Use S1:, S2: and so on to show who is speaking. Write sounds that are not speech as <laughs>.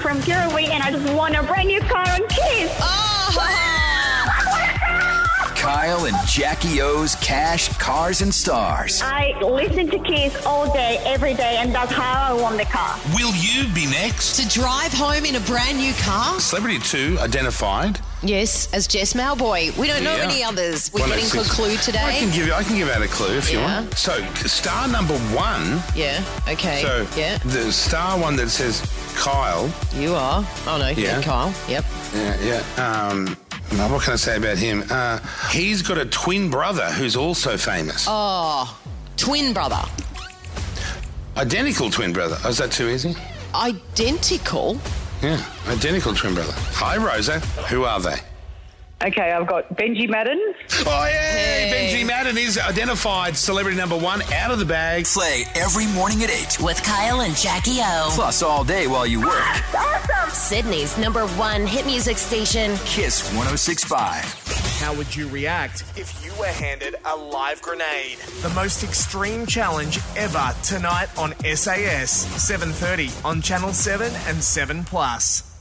S1: from Giraway and I just won a brand new car on Kiss.
S2: Kyle and Jackie O's Cash, Cars, and Stars.
S1: <laughs> I listen to Kiss all day, every day, and that's how I won the car.
S3: Will you be next?
S4: To drive home in a brand new car?
S3: Celebrity 2 identified.
S4: Yes, as Jess Malboy. We don't know
S3: Yeah.
S4: any others. We
S3: One
S4: can
S3: oh
S4: include
S3: six.
S4: clue
S3: I
S4: today.
S3: can give you. I can give out a clue if you
S4: Yeah.
S3: want. So star number one.
S4: Yeah. Okay.
S3: So
S4: yeah.
S3: the star one that says Kyle.
S4: You are. Oh no.
S3: Yeah.
S4: Yeah. Kyle. Yep.
S3: Yeah, yeah. Um, now what can I say about him? Uh, he's got a twin brother who's also famous.
S4: Oh, twin brother.
S3: Identical twin brother. Oh, is that too easy?
S4: Identical.
S3: Yeah, identical twin brother. Hi, Rosa. Who are they?
S5: Okay, I've got Benji Madden.
S3: Oh, yeah,
S4: Hey.
S3: Benji Madden is identified celebrity number one out of the bag.
S2: Play every morning at 8.
S6: With Kyle and Jackie O.
S2: Plus all day while you work.
S6: Sydney's number one hit music station.
S2: Kiss 1065.
S7: How would you react if you were handed a live grenade? The most extreme challenge ever tonight on SAS 7:30 on Channel 7 and 7 Plus.